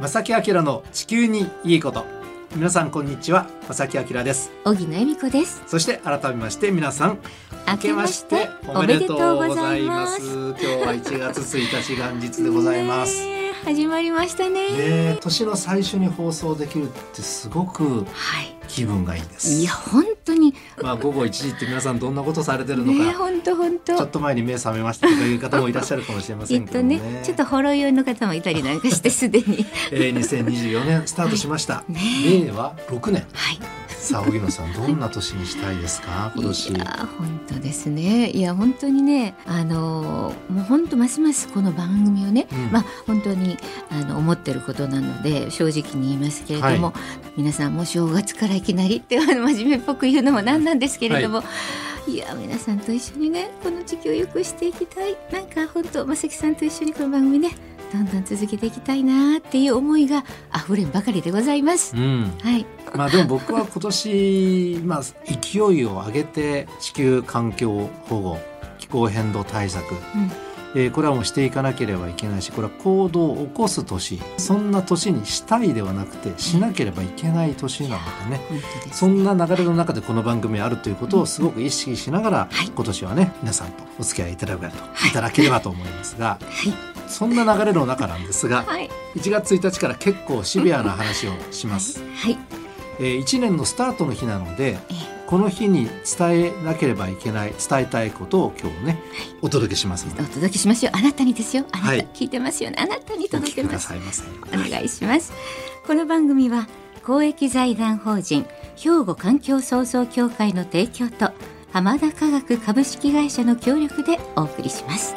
正木明の地球にいいこと皆さんこんにちは正木明です小木の恵美子ですそして改めまして皆さん明けましておめでとうございます今日は1月1日元日でございます、ねねえ始まりましたねえ年の最初に放送できるってすごくはい気分がいいですいや本当にまあ午後1時って皆さんどんなことされてるのねか、本当本ちょ当っと前に目覚めましたという方もいらっしゃるかもしれませ えんっけどともねねちょっとほろ酔いの方もいたりなんかしてす でにえー2024年スタートしました、ね令和6年はいさあ荻野さんどんな年にしたいですか今年いやー本当ですねいや本当にねあのーもう本当ますますこの番組をね、うんまあ本当にあの思ってることなので正直に言いますけれども、皆さんもう正月からいきなりって あの真面目っぽく言うのもなんなんですけれども。いや皆さんと一緒にねこの時期をよくしていきたいなんか本当まさきさんと一緒にこの番組ねどんどん続けていきたいなーっていう思いが溢れんばかりでございますう。んはい、まあでも僕は今年、まあ、勢いを上げて地球環境保護気候変動対策、うんえーこれはもうしていかなければいけないしこれは行動を起こす年そんな年にしたいではなくてしなければいけない年なのでね本当ですそんな流れの中でこの番組あるということをすごく意識しながら、はい今年はね皆さんとお付き合いいただければと,、い、ただければと思いますが、はいそんな流れの中なんですがはい1月1日から結構シビアな話をします。はいえ1年のスタートの日なのでえこの日に伝えなければいけない伝えたいことを今日ね、お届けしますのでお届けしましょうあなたにですよあなた、はい聞いてますよねあなたにお聞届きけくまだすさいませ。お願いしますこの番組は公益財団法人兵庫環境創造協会の提供と浜田科学株式会社の協力でお送りします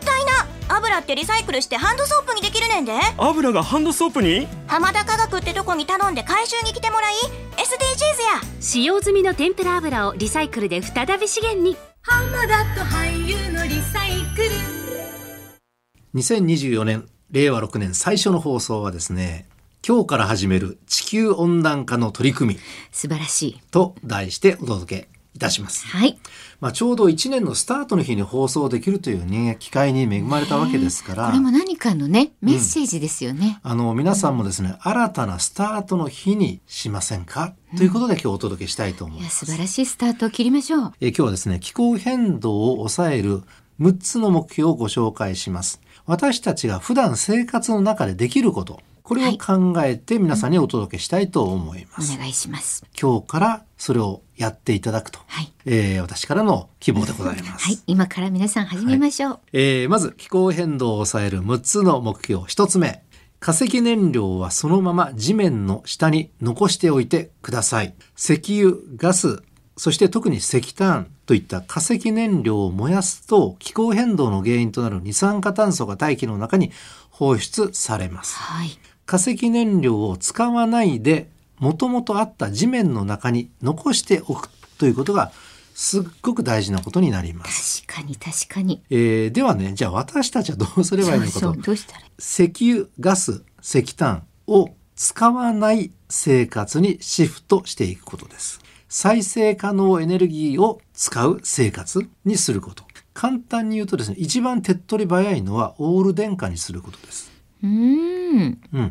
たいな油ってリサイクルしてハンドソープにできるねんで油がハンドソープに浜田科学ってとこに頼んで回収に来てもらい SDGs や使用済みの天ぷら油をリサイクルで再び資源に2024年令和6年最初の放送はですね今日から始める地球温暖化の取り組み素晴らしいと題してお届けいたします。はいまあ、ちょうど1年のスタートの日に放送できるという、ね、機会に恵まれたわけですかこら、れも何かのねメッセージですよね、あの皆さんもですね新たなスタートの日にしませんか、ということで今日お届けしたいと思いいまやす。素晴らしいスタートを切りましょうえー今日はですね気候変動を抑える6つの目標をご紹介します私たちが普段生活の中でできることこれを考えて皆さんにお届けしたいと思いまおす、願いします今日からそれをやっていただくと、はいえー私からの希望でございます、はい今から皆さん始めましょう、えーまず気候変動を抑える6つの目標1つ目化石燃料はそのまま地面の下に残しておいてください石油ガスそして特に石炭といった化石燃料を燃やすと気候変動の原因となる二酸化炭素が大気の中に放出されますはい化石燃料を使わないでもともとあった地面の中に残しておくということがすっごく大事なことになります確かに確かにえーではねじゃあ私たちはどうすればいいのかとそうそうどうしたらいい石油ガス石炭を使わない生活にシフトしていくことです再生可能エネルギーを使う生活にすること簡単に言うとですね一番手っ取り早いのはオール電化にすることですうーんうん、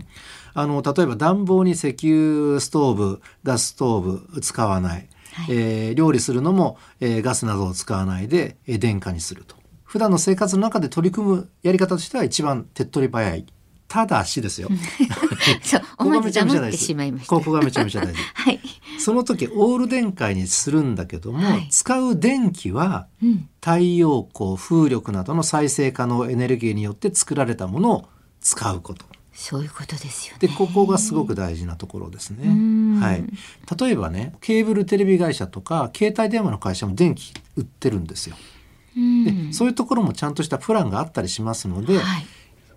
あの例えば暖房に石油ストーブガスストーブ使わない、はいえー料理するのも、えーガスなどを使わないで、えー電化にすると普段の生活の中で取り組むやり方としては一番手っ取り早いただしですよ そうここ思がわめずちゃめちゃ黙大って事しまいましたここがめちゃめちゃ 大事はい、その時オール電化にするんだけども、はい使う電気はうん、太陽光風力などの再生可能エネルギーによって作られたものを使うことそういうことですよねでここがすごく大事なところですねん。はい、例えばねケーブルテレビ会社とか携帯電話の会社も電気売ってるんですよ。うんでそういうところもちゃんとしたプランがあったりしますので、はい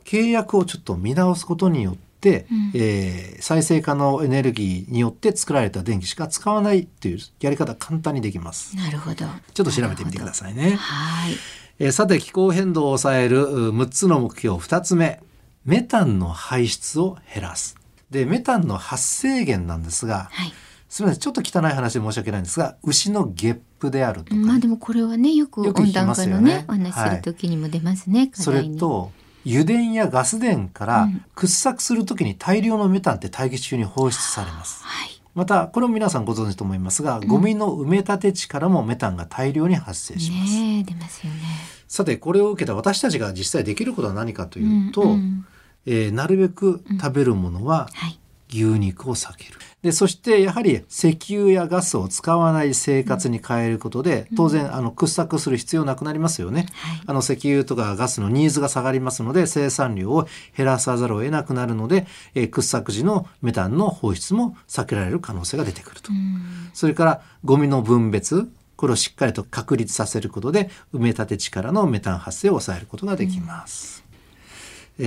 契約をちょっと見直すことによって、うんえー再生可能エネルギーによって作られた電気しか使わないっていうやり方簡単にできます。なるほど。ちょっと調べてみてくださいね。はい。えーさて気候変動を抑えるう6つの目標2つ目メタンの排出を減らすでメタンの発生源なんですがはい。すみませんちょっと汚い話で申し訳ないんですが牛のゲップであるとか、まあでもこれはねよくよく聞温き暖ます化よのねねお話しすはいるときにも出ますね。課それ題にと油田やガス田かうらん掘削するときに大量のメタンって大気中に放出されます。はい。またこれも皆さんご存知と思いますが、ゴミの埋め立て地からもメタンが大量に発生します。ねえ出ますよね。さてこれを受けた私たちが実際できることは何かというと、うんうんえーなるべく食べるものははい。牛肉を避ける。でそしてやはり石油やガスを使わない生活に変えることで当然あの掘削する必要なくなりますよね。はい。あの石油とかガスのニーズが下がりますので生産量を減らさざるを得なくなるので、えー掘削時のメタンの放出も避けられる可能性が出てくると。うんそれからゴミの分別これをしっかりと確立させることで埋め立て地からのメタン発生を抑えることができます。えー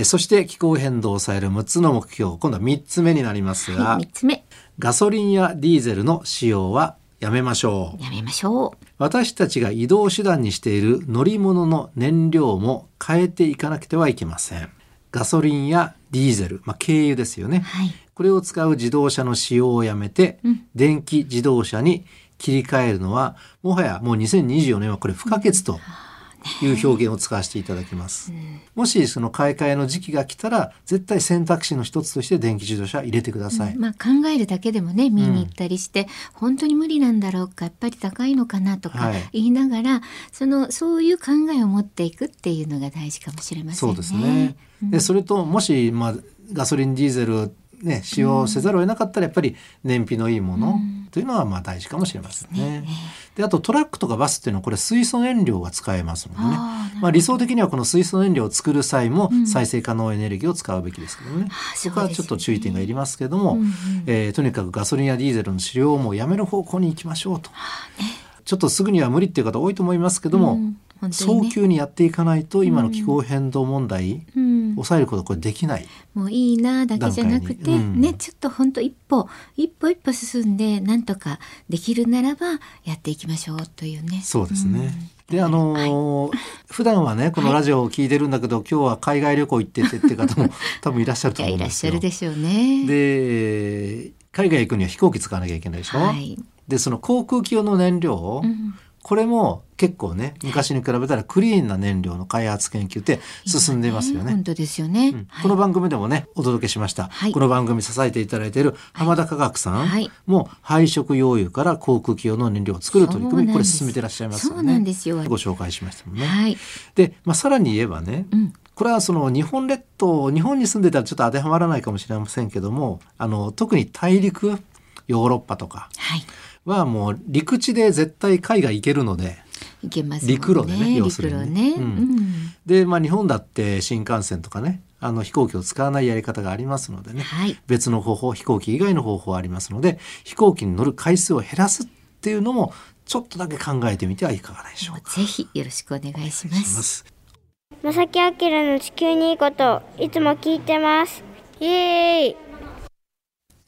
そして気候変動を抑える6つの目標今度は3つ目になりますが、はい。三つ目ガソリンやディーゼルの使用はやめましょう。やめましょう。私たちが移動手段にしている乗り物の燃料も変えていかなくてはいけません。ガソリンやディーゼル、まあ、軽油ですよね。はい。これを使う自動車の使用をやめて、うん電気自動車に切り替えるのは、もはやもう2024年はこれ不可欠という表現を使わせていただきます。もしその買い替えの時期が来たら、絶対選択肢の一つとして電気自動車入れてください。まあ考えるだけでもね見に行ったりして、本当に無理なんだろうかやっぱり高いのかなとかはい言いながら、そのそういう考えを持っていくっていうのが大事かもしれませんそね。うですね。でそれともし、まあ、ガソリンディーゼルを、ね、使用せざるを得なかったらやっぱり燃費のいいものというのはまあ大事かもしれませんね。であとトラックとかバスっていうのはこれ水素燃料が使えますもんね。あーまあ、理想的にはこの水素燃料を作る際も再生可能エネルギーを使うべきですけどね、あーそこはちょっと注意点がいりますけれども、うんうんえーとにかくガソリンやディーゼルの使用をもうやめる方向に行きましょうと、ちょっとすぐには無理っていう方多いと思いますけども、うん本当に早ね急にやっていかないと今の気候変動問題、うん抑えることこれできない、もういいなだけじゃなくて、段階にうんねちょっと本当一歩一歩一歩進んでなんとかできるならばやっていきましょうというね。そうですね。であのー普段はねこのラジオを聞いてるんだけど、今日は海外旅行行って てって方も多分いらっしゃるとじゃあ思ういんらっでしすゃよ。るでしょうね。で海外行くには飛行機使わなきゃいけないでしょ、はい、でその航空機用の燃料を、うんこれも結構ね昔に比べたらクリーンな燃料の開発研究って進んでいますよ今ね。本当ですよね。うんはいこの番組でもねお届けしました、はいこの番組支えていただいている浜田科学さん、はいも配色用油から航空機用の燃料を作る取り組みそこうなんれです進めてらっしゃいますよね。そうなんですよご紹介しましたもんね。はい、で、まあ、さらに言えばね、うんこれはその日本列島日本に住んでたらちょっと当てはまらないかもしれませんけどもあの特に大陸ヨーロッパとかはい、はもう陸地で絶対海外行けるのでいけますもん陸路でね要す陸る路にねね。ううんん、で、まあ、日本だって新幹線とかねあの飛行機を使わないやり方がありますのでねはい、別の方法飛行機以外の方法ありますので飛行機に乗る回数を減らすっていうのもちょっとだけ考えてみてはいかがでしょうもか。うぜひよろしくお願いしま。しますすまさきあきらの地球にいいこといつも聞いてますイエーイ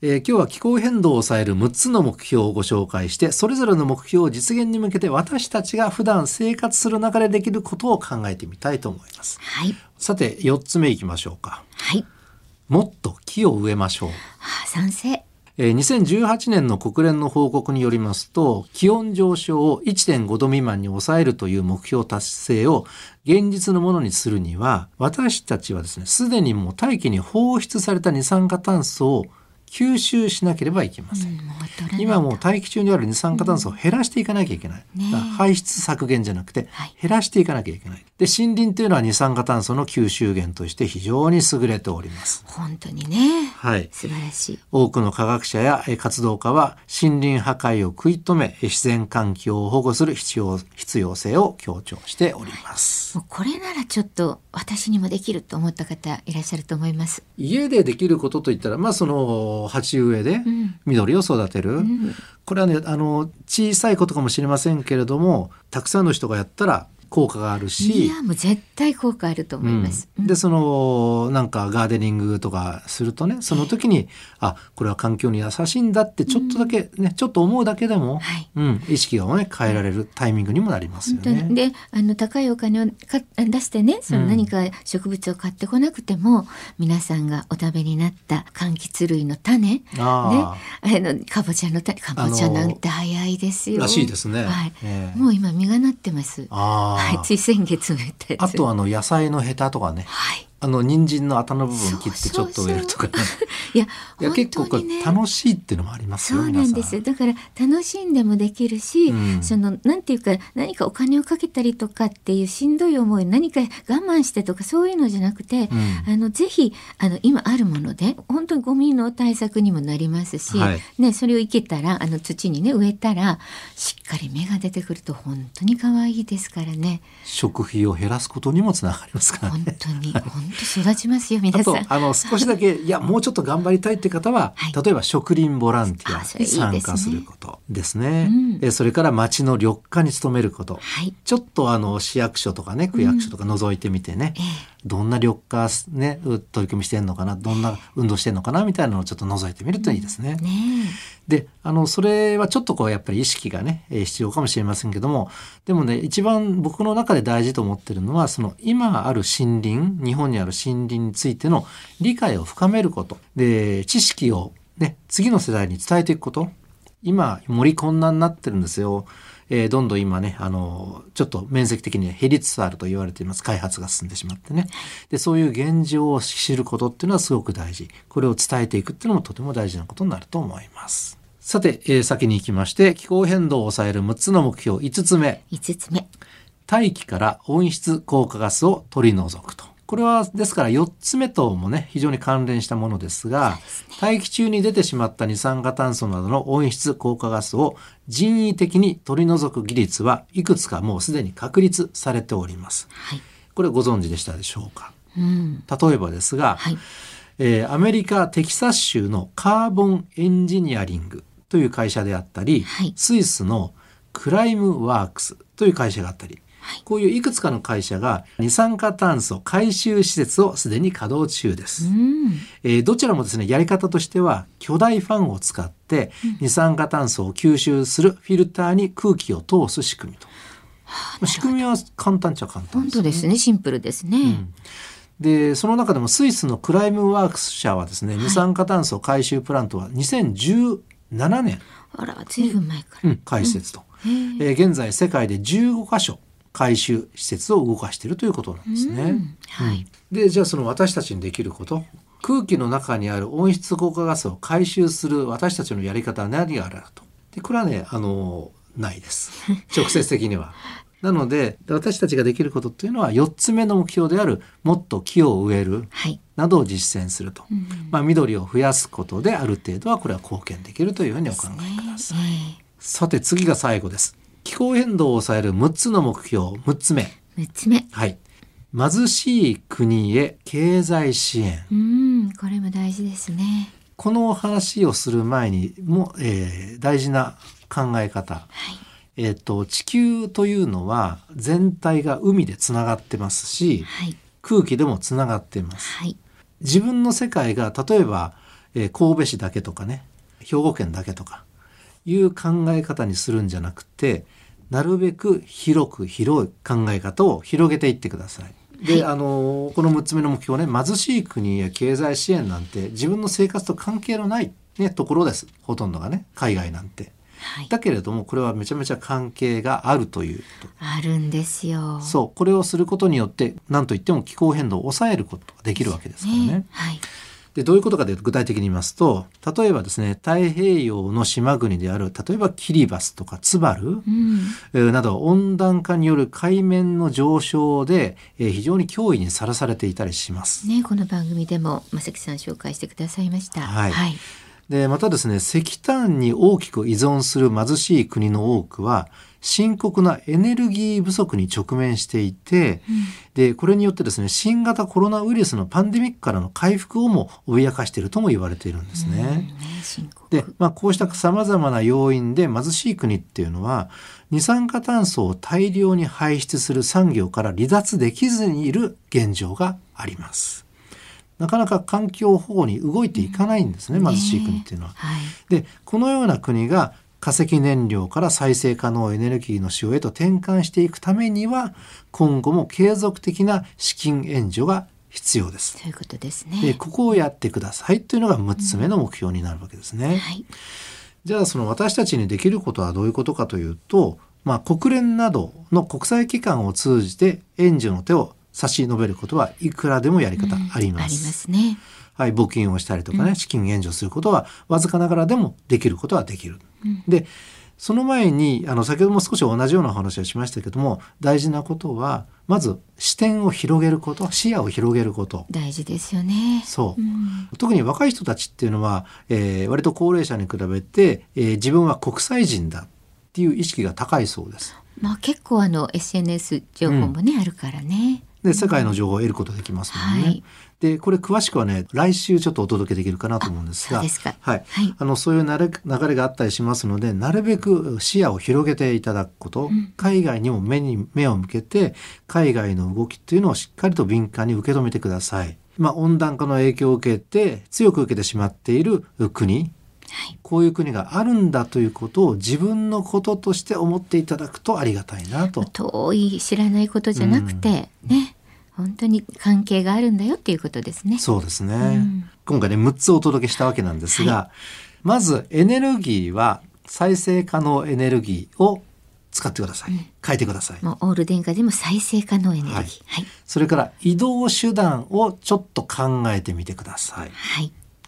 えー今日は気候変動を抑える6つの目標をご紹介してそれぞれの目標を実現に向けて私たちが普段生活する中でできることを考えてみたいと思いますはい、さて4つ目いきましょうかはい、もっと木を植えましょう、あ賛成。えー2018年の国連の報告によりますと気温上昇を1.5度未満に抑えるという目標達成を現実のものにするには私たちはですねすでにもう大気に放出された二酸化炭素を吸収しなければいけませんうんもう取らないと今もう大気中にある二酸化炭素を減らしていかなきゃいけない、ねえだから排出削減じゃなくてはい減らしていかなきゃいけない、で森林というのは二酸化炭素の吸収源として非常に優れております本当にね、はい素晴らしい。多くの科学者やえー活動家は森林破壊を食い止めえー自然環境を保護する必要必要性を強調しております、もうこれならちょっと私にもできると思った方いらっしゃると思います。家でできることといったらまあその鉢植えでうん緑を育てる、うんこれはねあの小さいことかもしれませんけれどもたくさんの人がやったら効果があるしいやもう絶対効果あると思います。うんでそのなんかガーデニングとかするとねその時にあこれは環境に優しいんだってちょっとだけね、ちょっと思うだけでも、はいうん、意識をね変えられるタイミングにもなりますよ本当にね。であの高いお金をか出してねそうのん何か植物を買ってこなくても、皆さんがお食べになった柑橘類の種ねああのかぼちゃの種かぼちゃなんて早いですーよ。らしいですね。はいええもう今実がなってます。あーはい、つい先月植えたやつ。あとあの野菜のヘタとかねはい。あの人参の頭の部分切ってちょっと植えるとか、ね、いや、いや本結構当こにねれ。楽しいっていうのもありますそようなんで皆さすよだから楽しんでもできるし、うんそのなんていうか何かお金をかけたりとかっていうしんどい思い何か我慢してとかそういうのじゃなくて、うんあのぜひあの今あるもので本当にゴミの対策にもなりますし、はいね、それを生けたらあの土にね植えたらしっかり芽が出てくると本当に可愛いですからね食費を減らすことにもつながりますから本ね。当に本当育ちますよ皆あさとん。あの少しだ けいやもうちょっと頑張りたいって方は、はい例えば植林ボランティアあそれにいいですね参加することですね。うんえそれから町の緑化に努めること。はいちょっとあの市役所とかね区役所とか覗いてみてね、ええどんな緑化ねう取り組みしてんのかなどんな運動してんのかなみたいなのをちょっと覗いてみるといいですね。ねえであのそれはちょっとこうやっぱり意識がねえー必要かもしれませんけどもでもね一番僕の中で大事と思ってるのはその今ある森林日本にある森林についての理解を深めることで知識を、ね、次の世代に伝えていくこと今森こんなになってるんですよ。えーどんどん今ね、あのちょっと面積的に減りつつあると言われています。開発が進んでしまってね。で、そういう現状を知ることっていうのはすごく大事。これを伝えていくっていうのもとても大事なことになると思います。さて、えー先に行きまして、気候変動を抑える6つの目標、5つ目。 5つ目大気から温室効果ガスを取り除くと。これは、ですから4つ目ともね、非常に関連したものですが、大気中に出てしまった二酸化炭素などの温室効果ガスを人為的に取り除く技術はいくつかもうすでに確立されております。はい、これご存知でしたでしょうかうん例えばですが、はい、えーアメリカ・テキサス州のカーボンエンジニアリングという会社であったり、はいスイスのクライムワークスという会社があったり、はいこういういくつかの会社が二酸化炭素回収施設をすでに稼働中でうす。んえーどちらもですねやり方としては巨大ファンを使って二酸化炭素を吸収するフィルターに空気を通す仕組みと。まあ仕組みは簡単っちゃ簡単本です当よねですねシンプルですね、でその中でもスイスのクライムワークス社はですね、二酸化炭素回収プラントは2017年、あらずいぶん前から、うん、開始設と、えー現在世界で15カ所回収施設を動かしているということなんですね。うんはい、でじゃあその私たちにできること空気の中にある温室効果ガスを回収する私たちのやり方は何があるかとでこれはねあのないです 直接的には。なので私たちができることっていうのは4つ目の目標であるもっと木を植えるはいなどを実践すると、まあ、緑を増やすことである程度はこれは貢献できるというふうにお考えください、さて次が最後です気候変動を抑える6つの目標6つ目6つ目はい貧しい国へ経済支援うんこれも大事ですねこの話をする前にも、えー大事な考え方、はいえー、と地球というのは全体が海でつながってますしはい空気でもつながっていますはい自分の世界が例えば、えー神戸市だけとかね兵庫県だけとかいう考え方にするんじゃなくてなるべく広く広い考え方を広げていってください。で、あのーこの6つ目の目標ね貧しい国や経済支援なんて自分の生活と関係のない、ね、ところですほとんどがね海外なんて。はいだけれどもこれはめちゃめちゃ関係があるということあるんですようそうこれをすることによって何といっても気候変動を抑えることができるわけですからねはいでどういうことかというと具体的に言いますと例えばですね太平洋の島国である例えばキリバスとかツバルうんえーなど温暖化による海面の上昇でえー非常に脅威にさらされていたりします。ねこの番組でもまさきさん紹介してくださいましたはいはいで、またですね、石炭に大きく依存する貧しい国の多くは、深刻なエネルギー不足に直面していて、で、これによってですね、新型コロナウイルスのパンデミックからの回復をも脅かしているとも言われているんですね。深刻で、まあ、こうした様々な要因で貧しい国っていうのは、二酸化炭素を大量に排出する産業から離脱できずにいる現状があります。なかなか環境保護に動いていかないんですね、貧しい国っていうのは。はい。でこのような国が化石燃料から再生可能エネルギーの使用へと転換していくためには今後も継続的な資金援助が必要です。そういうことですでね。ここをやってくださいというのが6つ目の目標になるわけですね。はい。じゃあその私たちにできることはどういうことかというと、まあ、国連などの国際機関を通じて援助の手を差し伸べることはいくらでもやり方ありありまます。すね。はい、募金をしたりとかね、資金援助することは、わずかながらでもできることはできる。で、その前に、あの、先ほども少し同じようなお話をしましたけども、大事なことは、まず視点を広げること、視野を広げること。大事ですよね。そう。うん特に若い人たちっていうのは、えー割と高齢者に比べて、えー自分は国際人だっていう意識が高いそうです。まあ結構あの SNS 情報もね、あるからね。で、世界の情報を得ることできますもんね。はいで、これ詳しくはね、来週ちょっとお届けできるかなと思うんですそうが、ですか。はい、はい。あのそういうなれ流れがあったりしますのでなるべく視野を広げていただくこと、海外にも目に目を向けて海外の動きっていうのをしっかりと敏感に受け止めてください。まあ、温暖化の影響を受けて強く受けてしまっている国、こういう国があるんだということを自分のこととして思っていただくとありがたいなと。遠い知らないことじゃなくて、ね、本当に関係があるんだよっていうことですね。そうですね、ん今回ね6つお届けしたわけなんですが、まずエネルギーは再生可能エネルギーを使ってください、変えてください、もうオール電化でも再生可能エネルギー。ははいい。はい。それから移動手段をちょっと考えてみてください。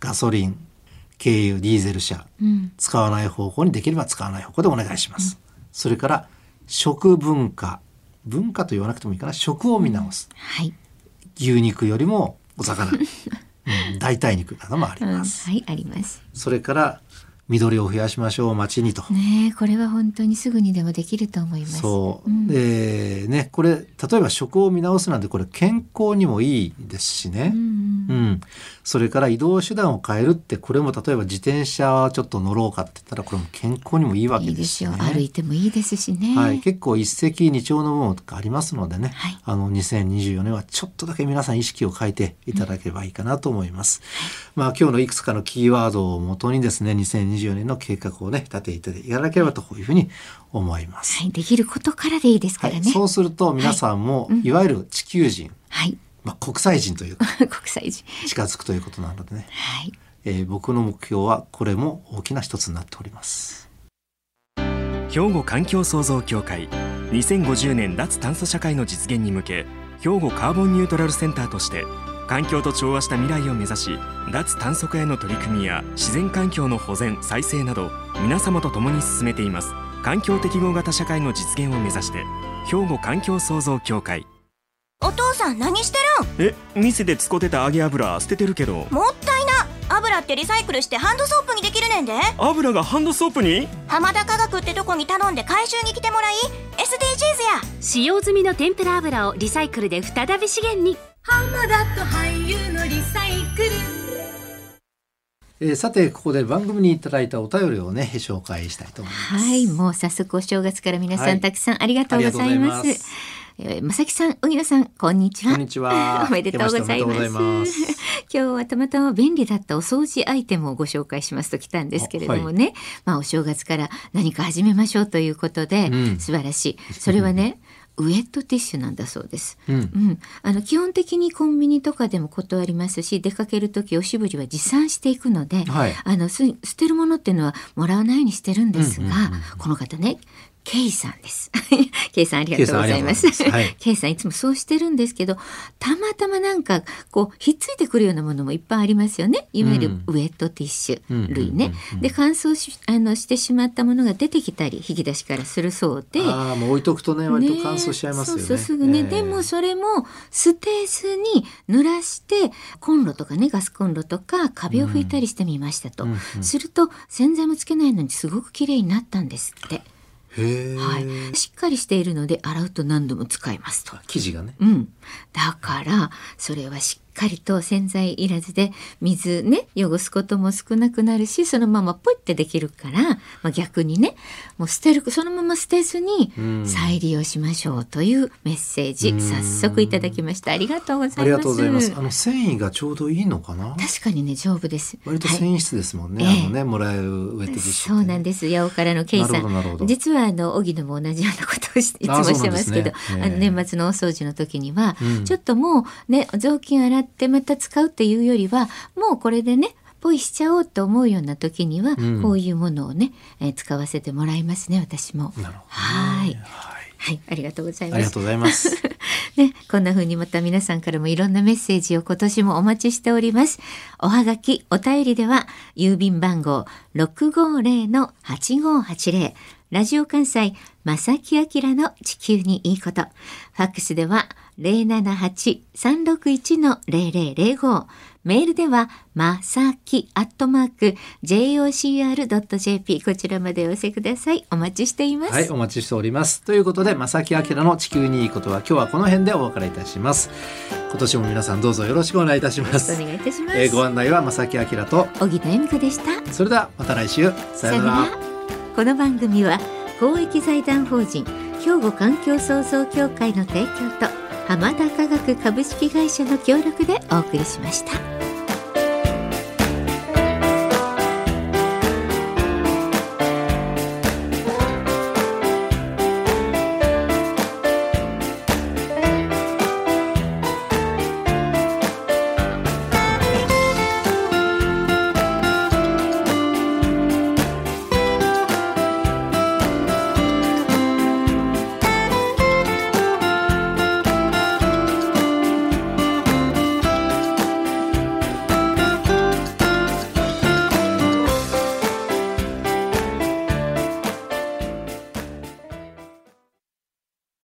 ガソリン、軽油、ディーゼル車、うん。使わない方向にできれば使わない方向でお願いします。それから食文化、文化と言わなくてもいいかな、食を見直す。はい。牛肉よりもお 魚、うん代替肉などもありうん。ます。はい、あります。それから緑を増やしましょう、街にと。ねえこれは本当にすぐにでもできると思います。そう、んでねこれ例えば食を見直すなんてこれ健康にもいいですしね、うんうんうん、それから移動手段を変えるってこれも例えば自転車はちょっと乗ろうかって言ったらこれも健康にもいいわけいいでですすよよ。ね。歩いてもいいですしね。はい、結構一石二鳥の部分とかありますのでね、はいあの2024年はちょっとだけ皆さん意識を変えていただければいいかなと思います。まあ今日のいくつかのキーワードをもとにですね、2024年の計画をね立てていただければというふうに思います。はい、できることからでいいですはからい、ね。そうすると皆さんも、いわゆる地球人、はい、 まあ、国際人というか国際人。近づくということなのでね、はい、えー僕の目標はこれも大きな一つになっております兵庫環境創造協会2050年脱炭素社会の実現に向け兵庫カーボンニュートラルセンターとして環境と調和した未来を目指し脱炭素化への取り組みや自然環境の保全再生など皆様と共に進めています環境適合型社会の実現を目指して兵庫環境創造協会お父さん何してるんえ店で使ってた揚げ油捨ててるけどもったいな油ってリサイクルしてハンドソープにできるねんで油がハンドソープに浜田科学ってとこに頼んで回収に来てもらい SDGs や使用済みの天ぷら油をリサイクルで再び資源にえーさてここで番組にいただいたお便りをね紹介したいと思いますはい、もう早速お正月から皆さん、はいたくさんありがとうございまありがとうごす。ざいますえーまさきさん、荻野さん、こんにち は。こんにちは おめでとうございます明けましておめでとうございます今日はたまたま便利だったお掃除アイテムをご紹介しますと来たんですけれどもね、まあお正月から何か始めましょうということで、うん素晴らしい。それはね、 ウェットティッシュなんだそうです。うんうん、あの基本的にコンビニとかでも断りますし出かける時おしぼりは持参していくので、はいあのす捨てるものっていうのはもらわないようにしてるんですが、この方ねケイさんです。 ケイさんありがとうございます。ケイさんありがとうございますは いケイさんいつもそうしてるんですけど、たまたまなんかこうひっついてくるようなものもいっぱいありますよね。いわゆるうんウェットティッシうんュ類ね。うんうんうんで乾燥しあのしてしまったものが出てきたり引き出しからするそうで。ああもう置いとくとね割と乾燥しちゃいますよね。そうそうすぐね、ええでもそれも捨てずに濡らしてコンロとかねガスコンロとか壁を拭いたりしてみましたと、うんうんすると洗剤もつけないのにすごく綺麗になったんですって、へえ、はい、しっかりしているので洗うと何度も使えますと。生地がね。うん、だからそれはしっかりと洗剤いらずで水ね汚すことも少なくなるしそのままポイってできるから、まあ、逆にねもう捨てるそのまま捨てずにうん再利用しましょうというメッセージ、うん早速いただきましたありがとうござあいりまがすとうございます。あの繊維がちょうどいいのかな。確かにね丈夫です割とはい繊維質ですもんね。はいあのねもらえるウェットティッシそュっうてね、なんです八尾からのケイさなるほどなるほどん実はあの荻野も同じようなことをしいつあもしてますけどそうあなんですのねええ年末の大掃除の時には、うんちょっともうね雑巾洗ってまた使うっていうよりはもうこれでねポイしちゃおうと思うような時には、うんこういうものをね、えー使わせてもらいますね私も。なるほどねははい。いはいありがとうございあ まりがすと。うございます。ね、こんな風にまた皆さんからもいろんなメッセージを今年もお待ちしております。おはがき、お便りでは、郵便番号650-8580、ラジオ関西、正木明の地球にいいこと。ファックスでは、078-361-0005。メールでは、まさきアットマーク、jocr.jp。こちらまでお寄せください。お待ちしています。はい、お待ちしております。ということで、正木明の地球にいいことは、今日はこの辺でお別れいたします。今年も皆さんどうぞよろしくお願いいたしまおす。願いいたします。えーご案内は正木明と、小木の恵美子でした。それではまた来週。さようなら。この番組は公益財団法人兵庫環境創造協会の提供と浜田科学株式会社の協力でお送りしました。